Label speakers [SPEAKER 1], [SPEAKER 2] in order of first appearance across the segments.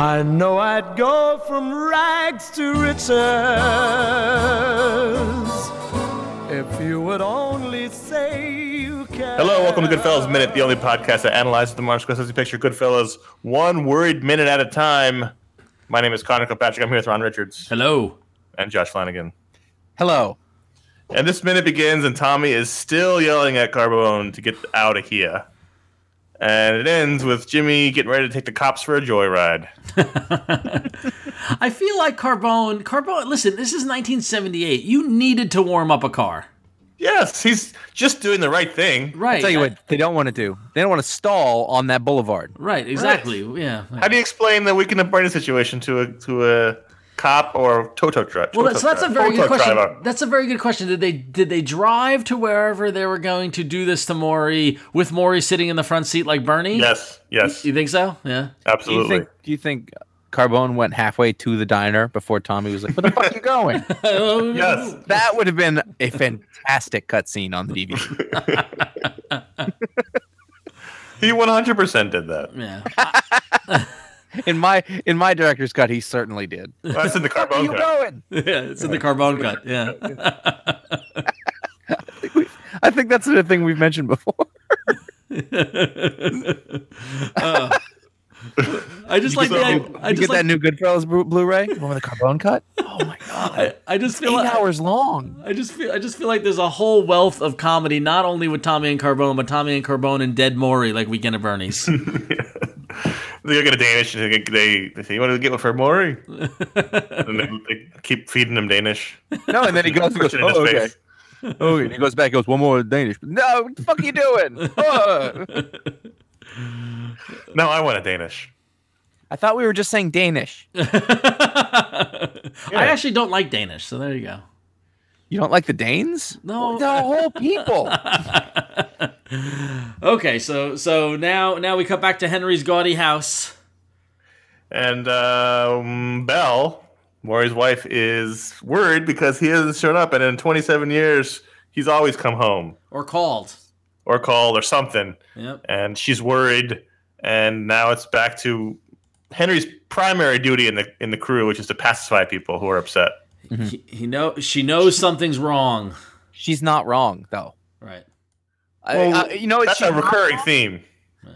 [SPEAKER 1] I know I'd go from rags to riches if you would only say you care.
[SPEAKER 2] Hello, welcome to Goodfellas Minute, the only podcast that analyzes the Martin Scorsese picture Goodfellas one worried minute at a time. My name is Connor Kilpatrick. I'm here with Ron Richards
[SPEAKER 3] Hello.
[SPEAKER 2] and Josh Flanagan.
[SPEAKER 4] Hello.
[SPEAKER 2] And this minute begins, and Tommy is still yelling at Carbone to get out of here. And it ends with Jimmy getting ready to take the cops for a joyride.
[SPEAKER 3] I feel like Carbone. Carbone. Listen, this is 1978. You needed to warm up a car,
[SPEAKER 2] Yes, he's just doing the right thing.
[SPEAKER 3] right?
[SPEAKER 4] Tell you what they don't want to do. They don't want to stall on that boulevard.
[SPEAKER 3] Right. Exactly. Yeah.
[SPEAKER 2] How do you explain the weekend of burning situation to a to a cop or tow truck driver?
[SPEAKER 3] well, that's, that's a very good question. That's a very good question. Did they did they drive to wherever they were going to do this to Maury with Maury sitting in the front seat like Bernie?
[SPEAKER 2] Yes, yes,
[SPEAKER 3] You think so? Yeah.
[SPEAKER 4] Do you
[SPEAKER 2] absolutely.
[SPEAKER 4] think do you think Carbone went halfway to the diner before Tommy was like, Where the fuck you going?
[SPEAKER 2] yes.
[SPEAKER 4] That would have been a fantastic cutscene on the DVD.
[SPEAKER 2] He 100% did that.
[SPEAKER 3] Yeah.
[SPEAKER 4] In my in my director's cut, he certainly did. Where
[SPEAKER 2] That's in the
[SPEAKER 4] are
[SPEAKER 2] carbone
[SPEAKER 4] you
[SPEAKER 2] cut.
[SPEAKER 4] going?
[SPEAKER 3] yeah. It's in the Carbone cut. Yeah.
[SPEAKER 4] I think that's the thing we've mentioned before.
[SPEAKER 3] Uh, I just like
[SPEAKER 2] get that-
[SPEAKER 3] the, I
[SPEAKER 5] you get
[SPEAKER 3] just like,
[SPEAKER 5] that new Goodfellas Blu- Blu-ray, the one with the carbone cut. Oh my god,
[SPEAKER 3] I, I just
[SPEAKER 5] eight
[SPEAKER 3] feel like,
[SPEAKER 5] hours long.
[SPEAKER 3] I just feel I just feel like there's a whole wealth of comedy, not only with Tommy and Carbone, but Tommy and Carbone and Dead Maury, like Weekend at Bernie's.
[SPEAKER 2] They go get a Danish. And they, they, they say, "You want to get one for Maury?" and they, they keep feeding him Danish.
[SPEAKER 5] No, and then he goes, and goes
[SPEAKER 2] Pushing in
[SPEAKER 5] oh
[SPEAKER 2] his
[SPEAKER 5] okay,
[SPEAKER 2] face.
[SPEAKER 5] oh, and he goes back, goes one more Danish. No, what the fuck are you doing? Oh.
[SPEAKER 2] No, I want a Danish.
[SPEAKER 5] I thought we were just saying Danish.
[SPEAKER 3] I actually don't like Danish, so there you go.
[SPEAKER 5] You don't like the Danes?
[SPEAKER 3] No.
[SPEAKER 5] the whole people.
[SPEAKER 3] Okay, so so now now we cut back to Henry's gaudy house.
[SPEAKER 2] And um, Belle, Maury's wife, is worried because he hasn't shown up, and in 27 years, he's always come home
[SPEAKER 3] Or called.
[SPEAKER 2] or called or something.
[SPEAKER 3] Yep.
[SPEAKER 2] and she's worried. And now it's back to Henry's primary duty in the in the crew, which is to pacify people who are upset.
[SPEAKER 3] He, he know she knows something's wrong.
[SPEAKER 5] She's not wrong though.
[SPEAKER 3] Right.
[SPEAKER 5] I-
[SPEAKER 2] Well,
[SPEAKER 5] I- you know,
[SPEAKER 2] Oh, That's
[SPEAKER 5] she's
[SPEAKER 2] a
[SPEAKER 5] not
[SPEAKER 2] recurring
[SPEAKER 5] wrong.
[SPEAKER 2] theme.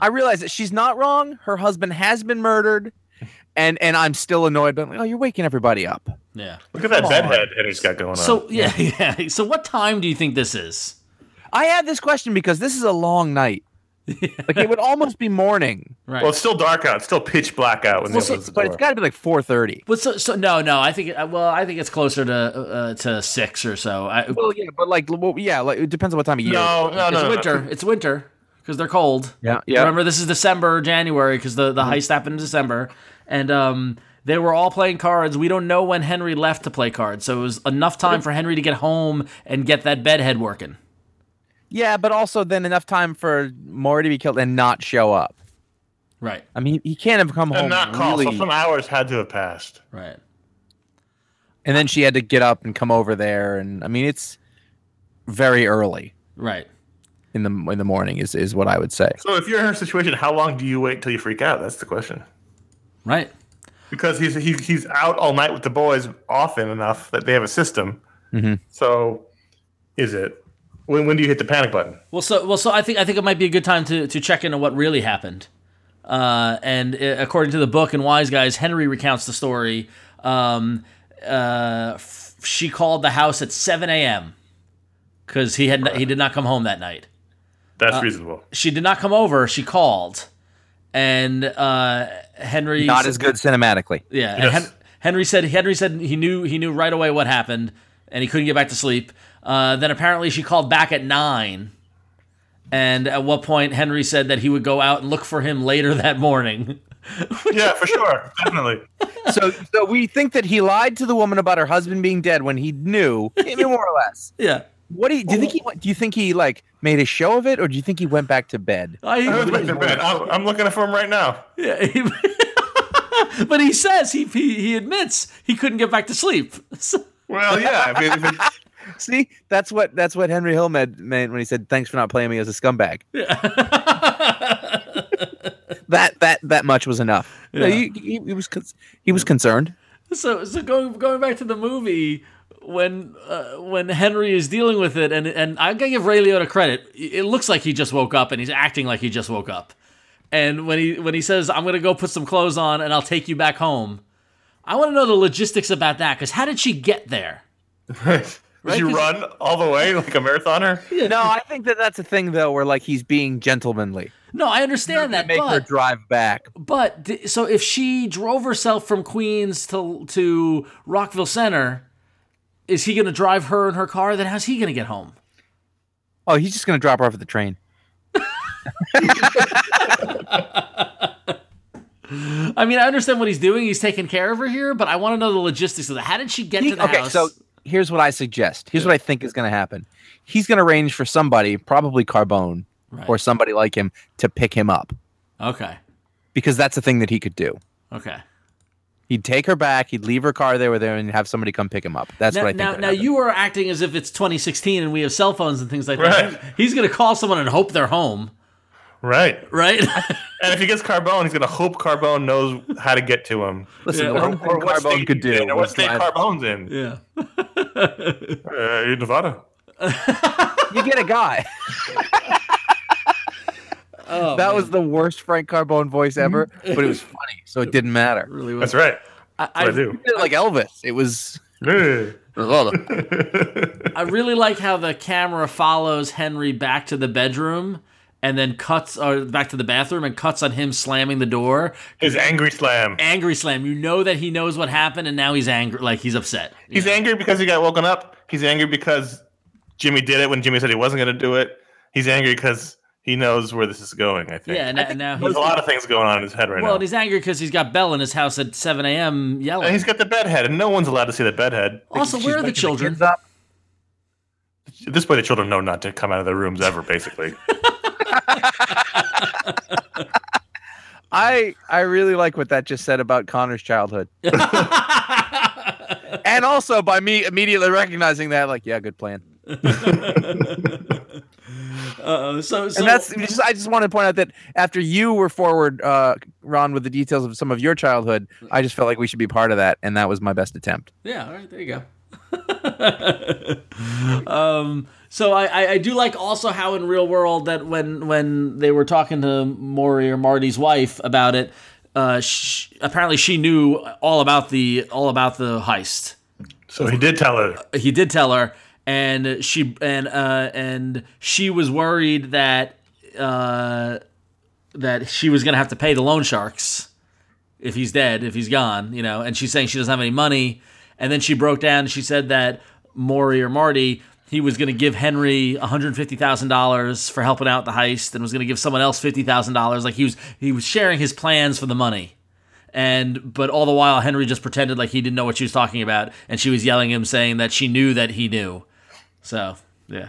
[SPEAKER 5] I realize that she's not wrong. Her husband has been murdered, and and I'm still annoyed. But I'm like, oh, you're waking everybody up.
[SPEAKER 3] Yeah.
[SPEAKER 2] Look at that
[SPEAKER 5] Come
[SPEAKER 2] bedhead Henry's got going on.
[SPEAKER 3] So yeah, yeah. So what time do you think this is?
[SPEAKER 5] I had this question because this is a long night. like it would almost be morning,
[SPEAKER 3] Right.
[SPEAKER 2] well, it's still dark out. It's still pitch black out when
[SPEAKER 5] but
[SPEAKER 2] they opens the
[SPEAKER 5] it's
[SPEAKER 2] door.
[SPEAKER 5] got to be like 4:30.
[SPEAKER 3] But so, so no, no. I think uh, well, I think it's closer to uh, to six or so. I,
[SPEAKER 5] Well, yeah, but like, well, yeah, like it depends on what time of year.
[SPEAKER 2] no, no,
[SPEAKER 3] it's
[SPEAKER 2] no, no,
[SPEAKER 3] winter. It's winter because they're cold.
[SPEAKER 5] Yeah, yeah.
[SPEAKER 3] Remember, this is December, January, because the the heist happened in December, and um, they were all playing cards. We don't know when Henry left to play cards, so it was enough time for Henry to get home and get that bedhead working.
[SPEAKER 5] Yeah, but also then enough time for Maury to be killed and not show up.
[SPEAKER 3] Right.
[SPEAKER 5] I mean, he can't have come home
[SPEAKER 2] And not call.
[SPEAKER 5] really-
[SPEAKER 2] So some hours had to have passed.
[SPEAKER 3] Right.
[SPEAKER 5] and then she had to get up and come over there. And I mean, it's very early
[SPEAKER 3] Right.
[SPEAKER 5] in the in the morning is is what I would say.
[SPEAKER 2] So if you're in her situation, how long do you wait till you freak out? That's the question.
[SPEAKER 3] Right.
[SPEAKER 2] Because he's he, he's out all night with the boys often enough that they have a system.
[SPEAKER 5] Mm-hmm.
[SPEAKER 2] So is it when when do you hit the panic button?
[SPEAKER 3] Well, so well, so I think I think it might be a good time to to check into what really happened. Uh, and uh, according to the book and Wise Guys, Henry recounts the story. Um, uh, f- she called the house at seven a.m. because he had he did not come home that night.
[SPEAKER 2] That's
[SPEAKER 5] Uh,
[SPEAKER 2] reasonable.
[SPEAKER 3] She did not come over. She called, and uh, Henry
[SPEAKER 5] Not as good cinematically.
[SPEAKER 3] yeah. and
[SPEAKER 2] Yes.
[SPEAKER 3] Hen- Henry said Henry said he knew he knew right away what happened, and he couldn't get back to sleep. Uh, then apparently she called back at nine, and at what point Henry said that he would go out and look for him later that morning.
[SPEAKER 2] yeah, for sure, definitely.
[SPEAKER 5] so so we think that he lied to the woman about her husband being dead when he knew, I mean, more or less.
[SPEAKER 3] Yeah,
[SPEAKER 5] What do you, do you think he went- do you think he like made a show of it or do you think he went back to bed?
[SPEAKER 2] I was
[SPEAKER 3] I,
[SPEAKER 2] back to bed. I'm, I'm looking for him right now.
[SPEAKER 3] yeah, he- but he says he, he he admits he couldn't get back to sleep. So-
[SPEAKER 2] Well, yeah. I mean, if it-
[SPEAKER 5] See, that's what that's what Henry Hill meant, meant when he said thanks for not playing me as a scumbag. that that that much was enough. No,
[SPEAKER 3] Yeah.
[SPEAKER 5] he, he, he was con- he was concerned.
[SPEAKER 3] So so going going back to the movie when uh, when Henry is dealing with it and and I gotta give Ray Liotta credit. It looks like he just woke up and he's acting like he just woke up. And when he when he says I'm gonna go put some clothes on and I'll take you back home, I want to know the logistics about that because how did she get there?
[SPEAKER 2] Did you run all the way like a marathoner?
[SPEAKER 5] No, I think that that's a thing though, where like he's being gentlemanly.
[SPEAKER 3] No, I understand that,
[SPEAKER 5] make her
[SPEAKER 3] but
[SPEAKER 5] drive back.
[SPEAKER 3] but d- so if she drove herself from Queens to to Rockville Center, is he gonna drive her in her car? Then how's he gonna get home?
[SPEAKER 5] Oh, he's just gonna drop her off at the train.
[SPEAKER 3] I mean, I understand what he's doing. He's taking care of her here, but I want to know the logistics of that. How did she get to the
[SPEAKER 5] okay,
[SPEAKER 3] house?
[SPEAKER 5] so here's what I suggest. Here's what I think is going to happen. He's going to arrange for somebody, probably Carbone
[SPEAKER 3] Right.
[SPEAKER 5] or somebody like him, to pick him up
[SPEAKER 3] okay,
[SPEAKER 5] because that's a thing that he could do.
[SPEAKER 3] okay.
[SPEAKER 5] He'd take her back. He'd leave her car there with her and have somebody come pick him up. That's
[SPEAKER 3] Now,
[SPEAKER 5] what I think.
[SPEAKER 3] now,
[SPEAKER 5] would
[SPEAKER 3] now
[SPEAKER 5] happen.
[SPEAKER 3] you are acting as if it's 2016 and we have cell phones and things like that.
[SPEAKER 2] Right.
[SPEAKER 3] He's going to call someone and hope they're home,
[SPEAKER 2] Right.
[SPEAKER 3] right?
[SPEAKER 2] And if he gets Carbone, he's gonna hope Carbone knows how to get to him.
[SPEAKER 5] listen.
[SPEAKER 3] yeah,
[SPEAKER 5] the
[SPEAKER 2] Or-
[SPEAKER 5] one thing
[SPEAKER 2] or what
[SPEAKER 5] Carbone
[SPEAKER 2] state
[SPEAKER 5] could
[SPEAKER 2] he's in,
[SPEAKER 5] do
[SPEAKER 2] Or what
[SPEAKER 5] was
[SPEAKER 2] state
[SPEAKER 5] drive-
[SPEAKER 2] Carbone's in?
[SPEAKER 3] yeah.
[SPEAKER 2] Uh, in Nevada.
[SPEAKER 5] you get a guy.
[SPEAKER 3] Oh,
[SPEAKER 5] that
[SPEAKER 3] man. Mm-hmm.
[SPEAKER 5] was the worst Frank Carbone voice ever, but it was funny, so it didn't matter.
[SPEAKER 3] really was.
[SPEAKER 2] That's right.
[SPEAKER 3] I,
[SPEAKER 2] That's what I
[SPEAKER 3] I,
[SPEAKER 2] do.
[SPEAKER 5] He did it like Elvis. It was. it was all the-
[SPEAKER 3] I really like how the camera follows Henry back to the bedroom and then cuts or back to the bathroom and cuts on him slamming the door.
[SPEAKER 2] His angry slam.
[SPEAKER 3] Angry slam. You know that he knows what happened and now he's angry like he's upset. you
[SPEAKER 2] He's
[SPEAKER 3] know?
[SPEAKER 2] angry because he got woken up. He's angry because Jimmy did it when Jimmy said he wasn't going to do it. He's angry because he knows where this is going. I think.
[SPEAKER 3] Yeah, and, and now he's
[SPEAKER 2] There's a lot of things going on in his head right
[SPEAKER 3] well,
[SPEAKER 2] now.
[SPEAKER 3] and he's angry because he's got Belle in his house at 7 a.m. yelling.
[SPEAKER 2] and he's got the bedhead, and no one's allowed to see the bedhead.
[SPEAKER 3] also, where are the children?
[SPEAKER 5] kids up.
[SPEAKER 2] At This way, the children know not to come out of their rooms ever. Basically,
[SPEAKER 5] I I really like what that just said about Connor's childhood, and also by me immediately recognizing that, like, yeah, good plan.
[SPEAKER 3] Uh, so, so
[SPEAKER 5] and that's just, I just want to point out that after you were forward, uh, Ron, with the details of some of your childhood, I just felt like we should be part of that, and that was my best attempt.
[SPEAKER 3] Yeah, all right, there you go. um, so I, I, I do like also how in real world that when when they were talking to Maury or Marty's wife about it, uh, sh apparently she knew all about the all about the heist.
[SPEAKER 2] so he did tell her.
[SPEAKER 3] He did tell her, and she and uh, and she was worried that uh, that she was gonna have to pay the loan sharks if he's dead, if he's gone, you know, and she's saying she doesn't have any money. And then she broke down and she said that Maury or Marty, he was going to give Henry $150,000 for helping out the heist and was going to give someone else $50,000. Like he was, he was sharing his plans for the money. And, but all the while, Henry just pretended like he didn't know what she was talking about. And she was yelling at him saying that she knew that he knew. So, yeah,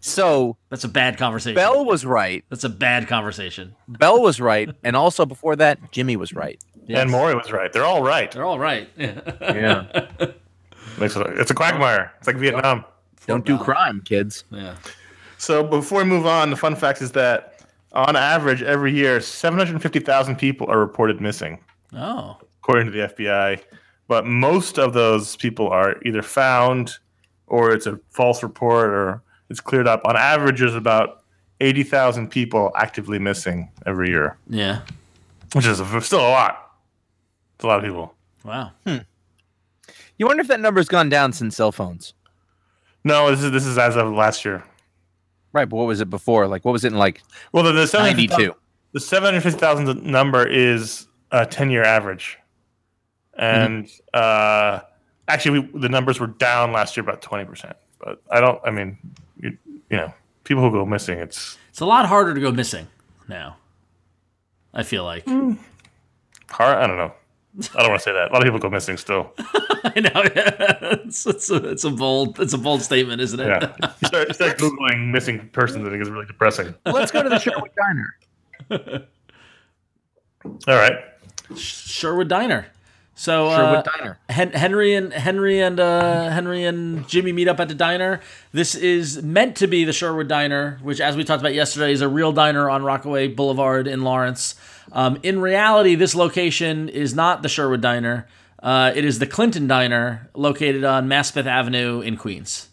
[SPEAKER 5] So
[SPEAKER 3] that's a bad conversation.
[SPEAKER 5] Bell was right.
[SPEAKER 3] that's a bad conversation.
[SPEAKER 5] Bell was right, and also before that, Jimmy was right.
[SPEAKER 2] And Maury was right. They're all right.
[SPEAKER 3] They're all right.
[SPEAKER 5] Yeah.
[SPEAKER 2] It's a, it's a quagmire. It's like Vietnam.
[SPEAKER 5] Don't do crime, kids.
[SPEAKER 3] yeah.
[SPEAKER 2] So before we move on, the fun fact is that on average, every year, 750,000 people are reported missing,
[SPEAKER 3] Oh.
[SPEAKER 2] according to the FBI. But most of those people are either found or it's a false report or it's cleared up. On average, there's about 80,000 people actively missing every year,
[SPEAKER 3] Yeah.
[SPEAKER 2] which is a- still a lot. It's a lot of people.
[SPEAKER 3] Wow.
[SPEAKER 5] You wonder if that number's gone down since cell phones.
[SPEAKER 2] No, this is this is as of last year.
[SPEAKER 5] Right, but what was it before? Like, what was it in like
[SPEAKER 2] Well, the, the 750,000
[SPEAKER 5] 92?
[SPEAKER 2] the 750,000 number is a 10 year average. And uh, actually, we, the numbers were down last year about 20%. But I don't, I mean, you, you know, people who go missing, it's
[SPEAKER 3] It's a lot harder to go missing now. I feel like
[SPEAKER 2] hard. I don't know. I don't want to say that. A lot of people go missing still.
[SPEAKER 3] I know it's, it's, a, it's a bold it's a bold statement, isn't it?
[SPEAKER 2] Yeah. You start, you start Googling missing persons, I think it's really depressing.
[SPEAKER 5] Let's go to the Sherwood Diner.
[SPEAKER 2] All right.
[SPEAKER 3] Sherwood Diner. So uh,
[SPEAKER 5] Sherwood Diner.
[SPEAKER 3] Hen- Henry and Henry and uh, Henry and Jimmy meet up at the diner. This is meant to be the Sherwood Diner, which, as we talked about yesterday, is a real diner on Rockaway Boulevard in Lawrence. Um, in reality, this location is not the Sherwood Diner. Uh, it is the Clinton Diner, located on Maspeth Avenue in Queens.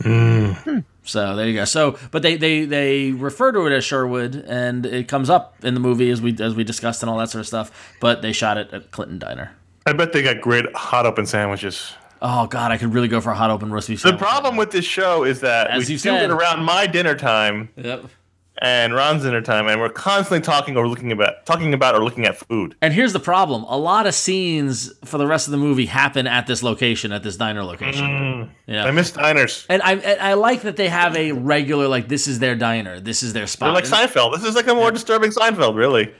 [SPEAKER 3] So there you go. So, but they they they refer to it as Sherwood, and it comes up in the movie as we as we discussed and all that sort of stuff. But they shot it at Clinton Diner.
[SPEAKER 2] I bet they got great hot open sandwiches.
[SPEAKER 3] Oh God, I could really go for a hot open roast beef.
[SPEAKER 2] The
[SPEAKER 3] sandwich.
[SPEAKER 2] problem with this show is that
[SPEAKER 3] As
[SPEAKER 2] we
[SPEAKER 3] you
[SPEAKER 2] do it
[SPEAKER 3] said.
[SPEAKER 2] around my dinner time
[SPEAKER 3] Yep.
[SPEAKER 2] and Ron's dinner time, and we're constantly talking or looking about talking about or looking at food.
[SPEAKER 3] And here's the problem: a lot of scenes for the rest of the movie happen at this location, at this diner location.
[SPEAKER 2] Mm. I miss diners.
[SPEAKER 3] And I and I like that they have a regular like this is their diner, this is their spot.
[SPEAKER 2] They're like
[SPEAKER 3] And-
[SPEAKER 2] Seinfeld. This is like a more disturbing Seinfeld, really.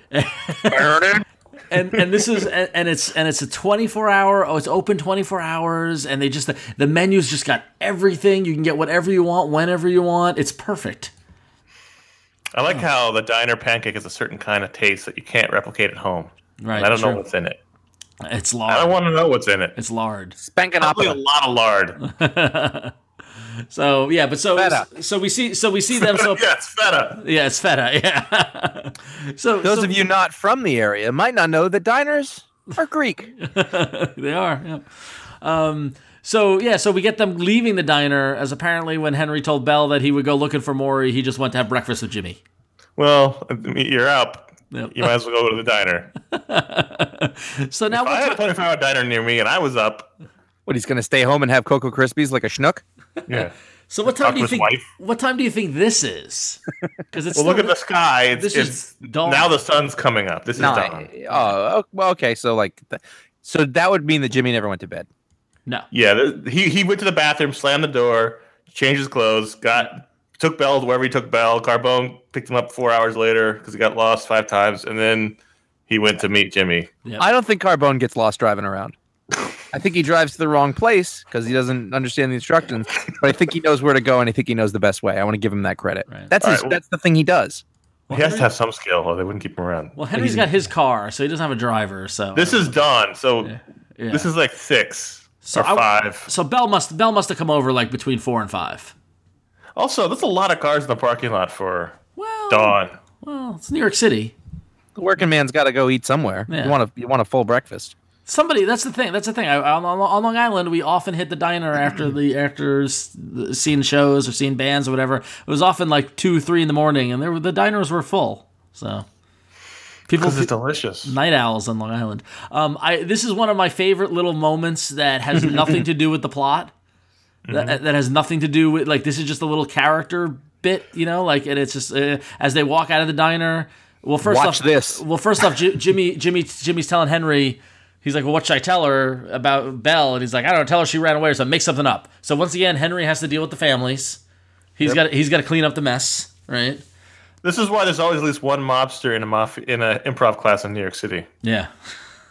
[SPEAKER 3] and and this is and, and it's and it's a 24 hour oh it's open 24 hours and they just the, the menu's just got everything you can get whatever you want whenever you want it's perfect
[SPEAKER 2] I like how the diner pancake has a certain kind of taste that you can't replicate at home.
[SPEAKER 3] right
[SPEAKER 2] And I don't know
[SPEAKER 3] true.
[SPEAKER 2] what's in it.
[SPEAKER 3] it's
[SPEAKER 2] I
[SPEAKER 3] lard
[SPEAKER 2] don't want to know what's in it.
[SPEAKER 3] it's lard
[SPEAKER 2] Probably a
[SPEAKER 5] Spankinopoli.
[SPEAKER 2] lot of lard.
[SPEAKER 3] so yeah but so
[SPEAKER 5] Feta.
[SPEAKER 3] so we see so we see them so
[SPEAKER 2] yeah, it's feta.
[SPEAKER 3] yeah it's feta yeah so
[SPEAKER 5] Those
[SPEAKER 3] so-
[SPEAKER 5] of you not from the area might not know that diners are Greek.
[SPEAKER 3] they are. Yeah. Um, so yeah, so we get them leaving the diner as apparently when Henry told Bell that he would go looking for Maury, he just went to have breakfast with Jimmy.
[SPEAKER 2] Well, I mean, you're out.
[SPEAKER 3] Yep.
[SPEAKER 2] You might as well go to the diner.
[SPEAKER 3] so now
[SPEAKER 2] If I
[SPEAKER 3] what
[SPEAKER 2] had a
[SPEAKER 3] ti-
[SPEAKER 2] 24 hour diner near me and I was up.
[SPEAKER 5] What he's gonna stay home and have Cocoa Krispies like a schnook?
[SPEAKER 2] Yeah.
[SPEAKER 3] so what time do you
[SPEAKER 2] Tucker's
[SPEAKER 3] think
[SPEAKER 2] wife.
[SPEAKER 3] what time do you think this is? Because it's
[SPEAKER 2] Well, look
[SPEAKER 3] still-
[SPEAKER 2] at the sky. It's,
[SPEAKER 3] This
[SPEAKER 2] it's
[SPEAKER 3] is dawn.
[SPEAKER 2] now the sun's coming up. This is dawn.
[SPEAKER 5] Nine. Oh, o- well, okay. So like, th- so that would mean that Jimmy never went to bed.
[SPEAKER 3] no.
[SPEAKER 2] Yeah, th- he he went to the bathroom, slammed the door, changed his clothes, got took Bell to wherever he took Bell. Carbone picked him up four hours later because he got lost five times, and then he went to meet Jimmy.
[SPEAKER 3] Yep.
[SPEAKER 5] I don't think Carbone gets lost driving around. I think he drives to the wrong place because he doesn't understand the instructions. But I think he knows where to go, and I think he knows the best way. I want to give him that credit.
[SPEAKER 3] Right.
[SPEAKER 5] That's
[SPEAKER 2] All
[SPEAKER 5] his,
[SPEAKER 2] right, well-
[SPEAKER 5] that's the thing he does.
[SPEAKER 2] he has to have some skill, or they wouldn't keep him around.
[SPEAKER 3] Well, Henry's got his car, so he doesn't have a driver. So
[SPEAKER 2] This is dawn, so
[SPEAKER 3] Yeah.
[SPEAKER 2] this is like six
[SPEAKER 3] So
[SPEAKER 2] or
[SPEAKER 3] I-
[SPEAKER 2] five.
[SPEAKER 3] so Bell must Bell must have come over like between four and five.
[SPEAKER 2] Also, that's a lot of cars in the parking lot for
[SPEAKER 3] Well,
[SPEAKER 2] dawn.
[SPEAKER 3] well, it's New York City.
[SPEAKER 5] The working man's got to go eat somewhere.
[SPEAKER 3] Yeah.
[SPEAKER 5] You want a you want a full breakfast.
[SPEAKER 3] Somebody, that's the thing. That's the thing. I, on, on- on Long Island, we often hit the diner after the after s- seeing shows or seeing bands or whatever. It was often like two, three in the morning, and there were, the diners were full. So people,
[SPEAKER 2] This is delicious.
[SPEAKER 3] night owls on Long Island. Um, I this is one of my favorite little moments that has nothing to do with the plot. That,
[SPEAKER 5] Mm-hmm.
[SPEAKER 3] that has nothing to do with like this is just a little character bit, you know. Like, and it's just uh, as they walk out of the diner. Well, first
[SPEAKER 5] Watch
[SPEAKER 3] off,
[SPEAKER 5] this.
[SPEAKER 3] Well, first off, J- Jimmy, Jimmy, Jimmy's telling Henry. He's like, well, what should I tell her about Belle? And he's like, I don't know. Tell her she ran away or something. Make something up. So once again, Henry has to deal with the families. He's got he's got to clean up the mess, right?
[SPEAKER 2] This is why there's always at least one mobster in a mafia in an improv class in New York City.
[SPEAKER 3] Yeah,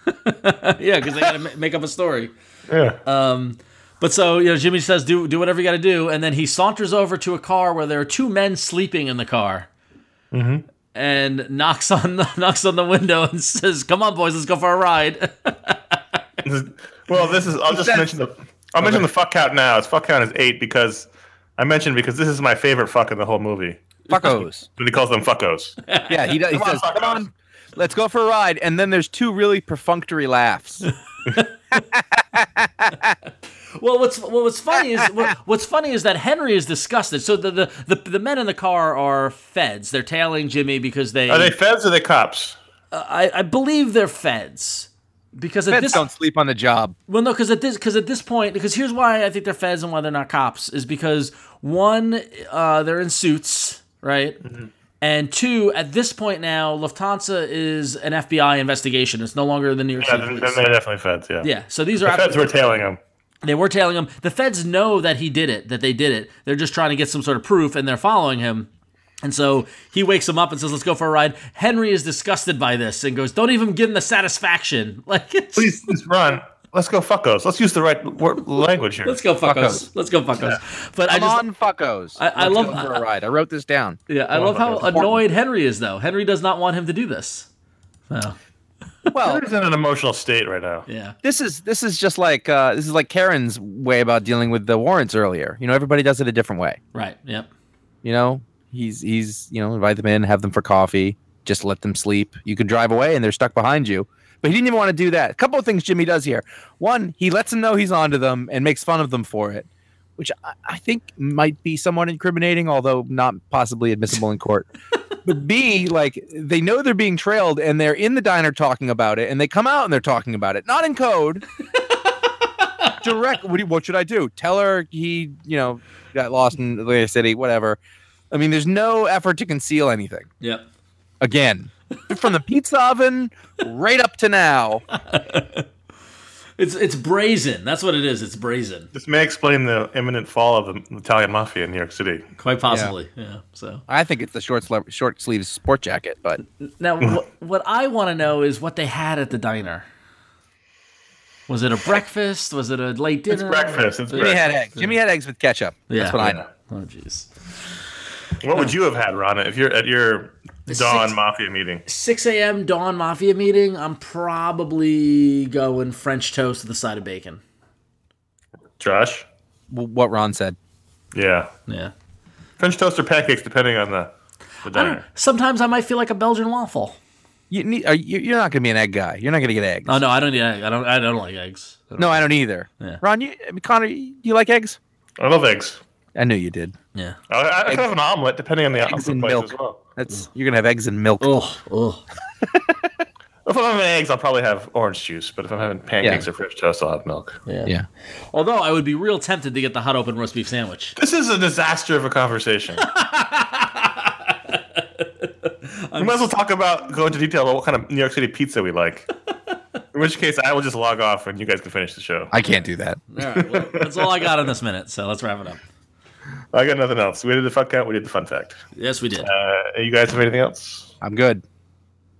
[SPEAKER 3] yeah, because they got to ma- make up a story.
[SPEAKER 2] Yeah.
[SPEAKER 3] But so you know, Jimmy says, "Do do whatever you got to do," and then he saunters over to a car where there are two men sleeping in the car, mm-hmm. and knocks on the knocks on the window and says, "Come on, boys, let's go for a ride."
[SPEAKER 2] well, this is. I'll just
[SPEAKER 5] That's-
[SPEAKER 2] mention the. I'll mention the fuck count now. It's fuck count is eight because I mentioned because this is my favorite fuck in the whole movie.
[SPEAKER 5] Fuckos.
[SPEAKER 2] When he calls them fuckos.
[SPEAKER 5] Yeah, he does. He
[SPEAKER 2] Come on,
[SPEAKER 5] says,
[SPEAKER 2] fuckos.
[SPEAKER 5] "Come on, let's go for a ride." And then there's two really perfunctory laughs.
[SPEAKER 3] well, what's well, what's funny is what, what's funny is that Henry is disgusted. So the, the the the men in the car are feds. They're tailing Jimmy because they,
[SPEAKER 2] Are they feds or are they cops?
[SPEAKER 3] I, I believe they're feds. Because at
[SPEAKER 5] Feds
[SPEAKER 3] this
[SPEAKER 5] don't sleep on the job.
[SPEAKER 3] Well, no, because at this because at this point, because here's why I think they're feds and why they're not cops is because one, uh, they're in suits, right?
[SPEAKER 2] Mm-hmm.
[SPEAKER 3] And two, at this point now, Lufthansa is an FBI investigation. It's no longer the New York
[SPEAKER 2] Yeah,
[SPEAKER 3] City
[SPEAKER 2] then, then
[SPEAKER 3] police.
[SPEAKER 2] they're definitely feds. Yeah.
[SPEAKER 3] Yeah, so these are
[SPEAKER 2] The feds
[SPEAKER 3] absolutely
[SPEAKER 2] were tailing him.
[SPEAKER 3] they were tailing him. The feds know that he did it, that they did it. They're just trying to get some sort of proof, and they're following him. And so he wakes him up and says, "Let's go for a ride." Henry is disgusted by this and goes, "Don't even give him the satisfaction." Like, it's,
[SPEAKER 2] Please, please run. Let's go fuckos. Let's use the right word, language here.
[SPEAKER 3] let's go fuck,
[SPEAKER 5] Fuck
[SPEAKER 3] us.
[SPEAKER 5] us.
[SPEAKER 3] Let's go fuck us. But I
[SPEAKER 5] Come
[SPEAKER 3] just
[SPEAKER 5] on, fuckos.
[SPEAKER 3] I- I
[SPEAKER 5] Let's
[SPEAKER 3] love-
[SPEAKER 5] go for a ride. I wrote this down.
[SPEAKER 3] Yeah, I love how annoyed Henry is, though. Henry does not want him to do this. Oh,
[SPEAKER 5] Well,
[SPEAKER 2] He's in an emotional state right now.
[SPEAKER 3] yeah.
[SPEAKER 5] this is this is just like uh, this is like Karen's way about dealing with the warrants earlier. You know, everybody does it a different way.
[SPEAKER 3] Right. Yep.
[SPEAKER 5] You know, he's he's you know invite them in, have them for coffee, just let them sleep. You can drive away, and they're stuck behind you. But he didn't even want to do that. A couple of things Jimmy does here. One, he lets them know he's onto them and makes fun of them for it, which I, I think might be somewhat incriminating, although not possibly admissible in court. but B, like they know they're being trailed and they're in the diner talking about it, and they come out and they're talking about it, not in code. Direct. What, do you, what should I do? Tell her he, you know, got lost in the city, whatever. I mean, there's no effort to conceal anything.
[SPEAKER 3] Yep.
[SPEAKER 5] Again, from the pizza oven right up to now.
[SPEAKER 3] It's it's brazen. That's what it is. It's brazen.
[SPEAKER 2] This may explain the imminent fall of the Italian mafia in New York City.
[SPEAKER 3] Quite possibly. Yeah. so
[SPEAKER 5] I think it's the short sle- short sleeves sport jacket, but
[SPEAKER 3] now, wh- what I want to know is what they had at the diner. Was it a breakfast? Was it a late dinner?
[SPEAKER 2] It's breakfast. It's
[SPEAKER 5] Jimmy
[SPEAKER 2] breakfast.
[SPEAKER 5] had eggs. Jimmy had eggs with ketchup.
[SPEAKER 3] Yeah.
[SPEAKER 5] That's what I know.
[SPEAKER 3] Oh, jeez.
[SPEAKER 2] What would you have had, Rana, if you're at your dawn
[SPEAKER 3] six-
[SPEAKER 2] mafia meeting?
[SPEAKER 3] 6 a.m. Dawn Mafia meeting. I'm probably going French toast with a side of bacon.
[SPEAKER 2] Josh.
[SPEAKER 5] W- What Ron said.
[SPEAKER 2] Yeah.
[SPEAKER 3] Yeah.
[SPEAKER 2] French toast or pancakes, depending on the, the
[SPEAKER 3] I don't,
[SPEAKER 2] diner.
[SPEAKER 3] sometimes I might feel like a Belgian waffle.
[SPEAKER 5] You need, are you, you're not going to be an egg guy. You're not going to get eggs.
[SPEAKER 3] Oh no, I don't eat egg. I don't. I don't like eggs.
[SPEAKER 5] no, I don't either.
[SPEAKER 3] Yeah.
[SPEAKER 5] Ron, you, I mean, Connor, you you like eggs?
[SPEAKER 2] I love eggs.
[SPEAKER 5] I knew you did.
[SPEAKER 3] Yeah.
[SPEAKER 2] I, I could have an omelet depending on the omelet
[SPEAKER 5] Eggs and
[SPEAKER 2] place
[SPEAKER 5] milk.
[SPEAKER 2] as well.
[SPEAKER 5] That's you're gonna have eggs and milk.
[SPEAKER 3] Oh, oh.
[SPEAKER 2] If I'm having eggs, I'll probably have orange juice. But if I'm having pancakes or French toast, I'll have milk.
[SPEAKER 3] Yeah.
[SPEAKER 5] Yeah.
[SPEAKER 3] Although I would be real tempted to get the hot open roast beef sandwich.
[SPEAKER 2] This is a disaster of a conversation. we might as well talk about go into detail about what kind of New York City pizza we like. In which case, I will just log off and you guys can finish the show.
[SPEAKER 5] I can't do that.
[SPEAKER 3] All right, well, that's all I got in this minute, so let's wrap it up.
[SPEAKER 2] I got nothing else. We did the fuck out. We did the fun fact.
[SPEAKER 3] Yes, we did.
[SPEAKER 2] Uh, you guys have anything else?
[SPEAKER 5] I'm good.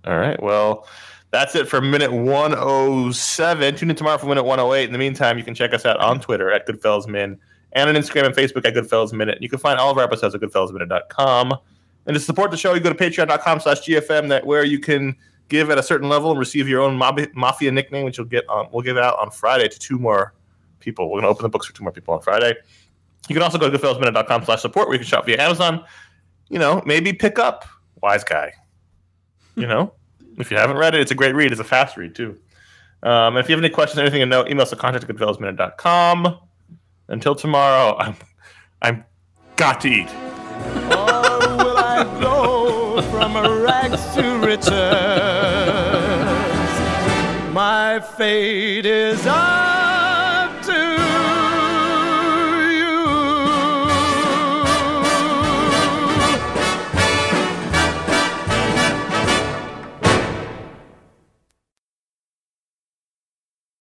[SPEAKER 2] All right. Well, that's it for minute 107. Tune in tomorrow for minute 108. In the meantime, you can check us out on Twitter at Goodfellas Min and on Instagram and Facebook at Goodfellas Minute. You can find all of our episodes at goodfellasminute.com. And to support the show, you go to patreon.com slash GFM, that where you can give at a certain level and receive your own mob- mafia nickname, which you'll get on, we'll give out on Friday to two more people. We're going to open the books for two more people on Friday. You can also go to goodfellasminute.com slash support where you can shop via Amazon. You know, maybe pick up Wise Guy. You know? If you haven't read it, it's a great read. It's a fast read, too. Um, and if you have any questions or anything to know, email us at contact Until tomorrow, I'm, I'm got to eat.
[SPEAKER 1] or will I go from rags to riches? My fate is I.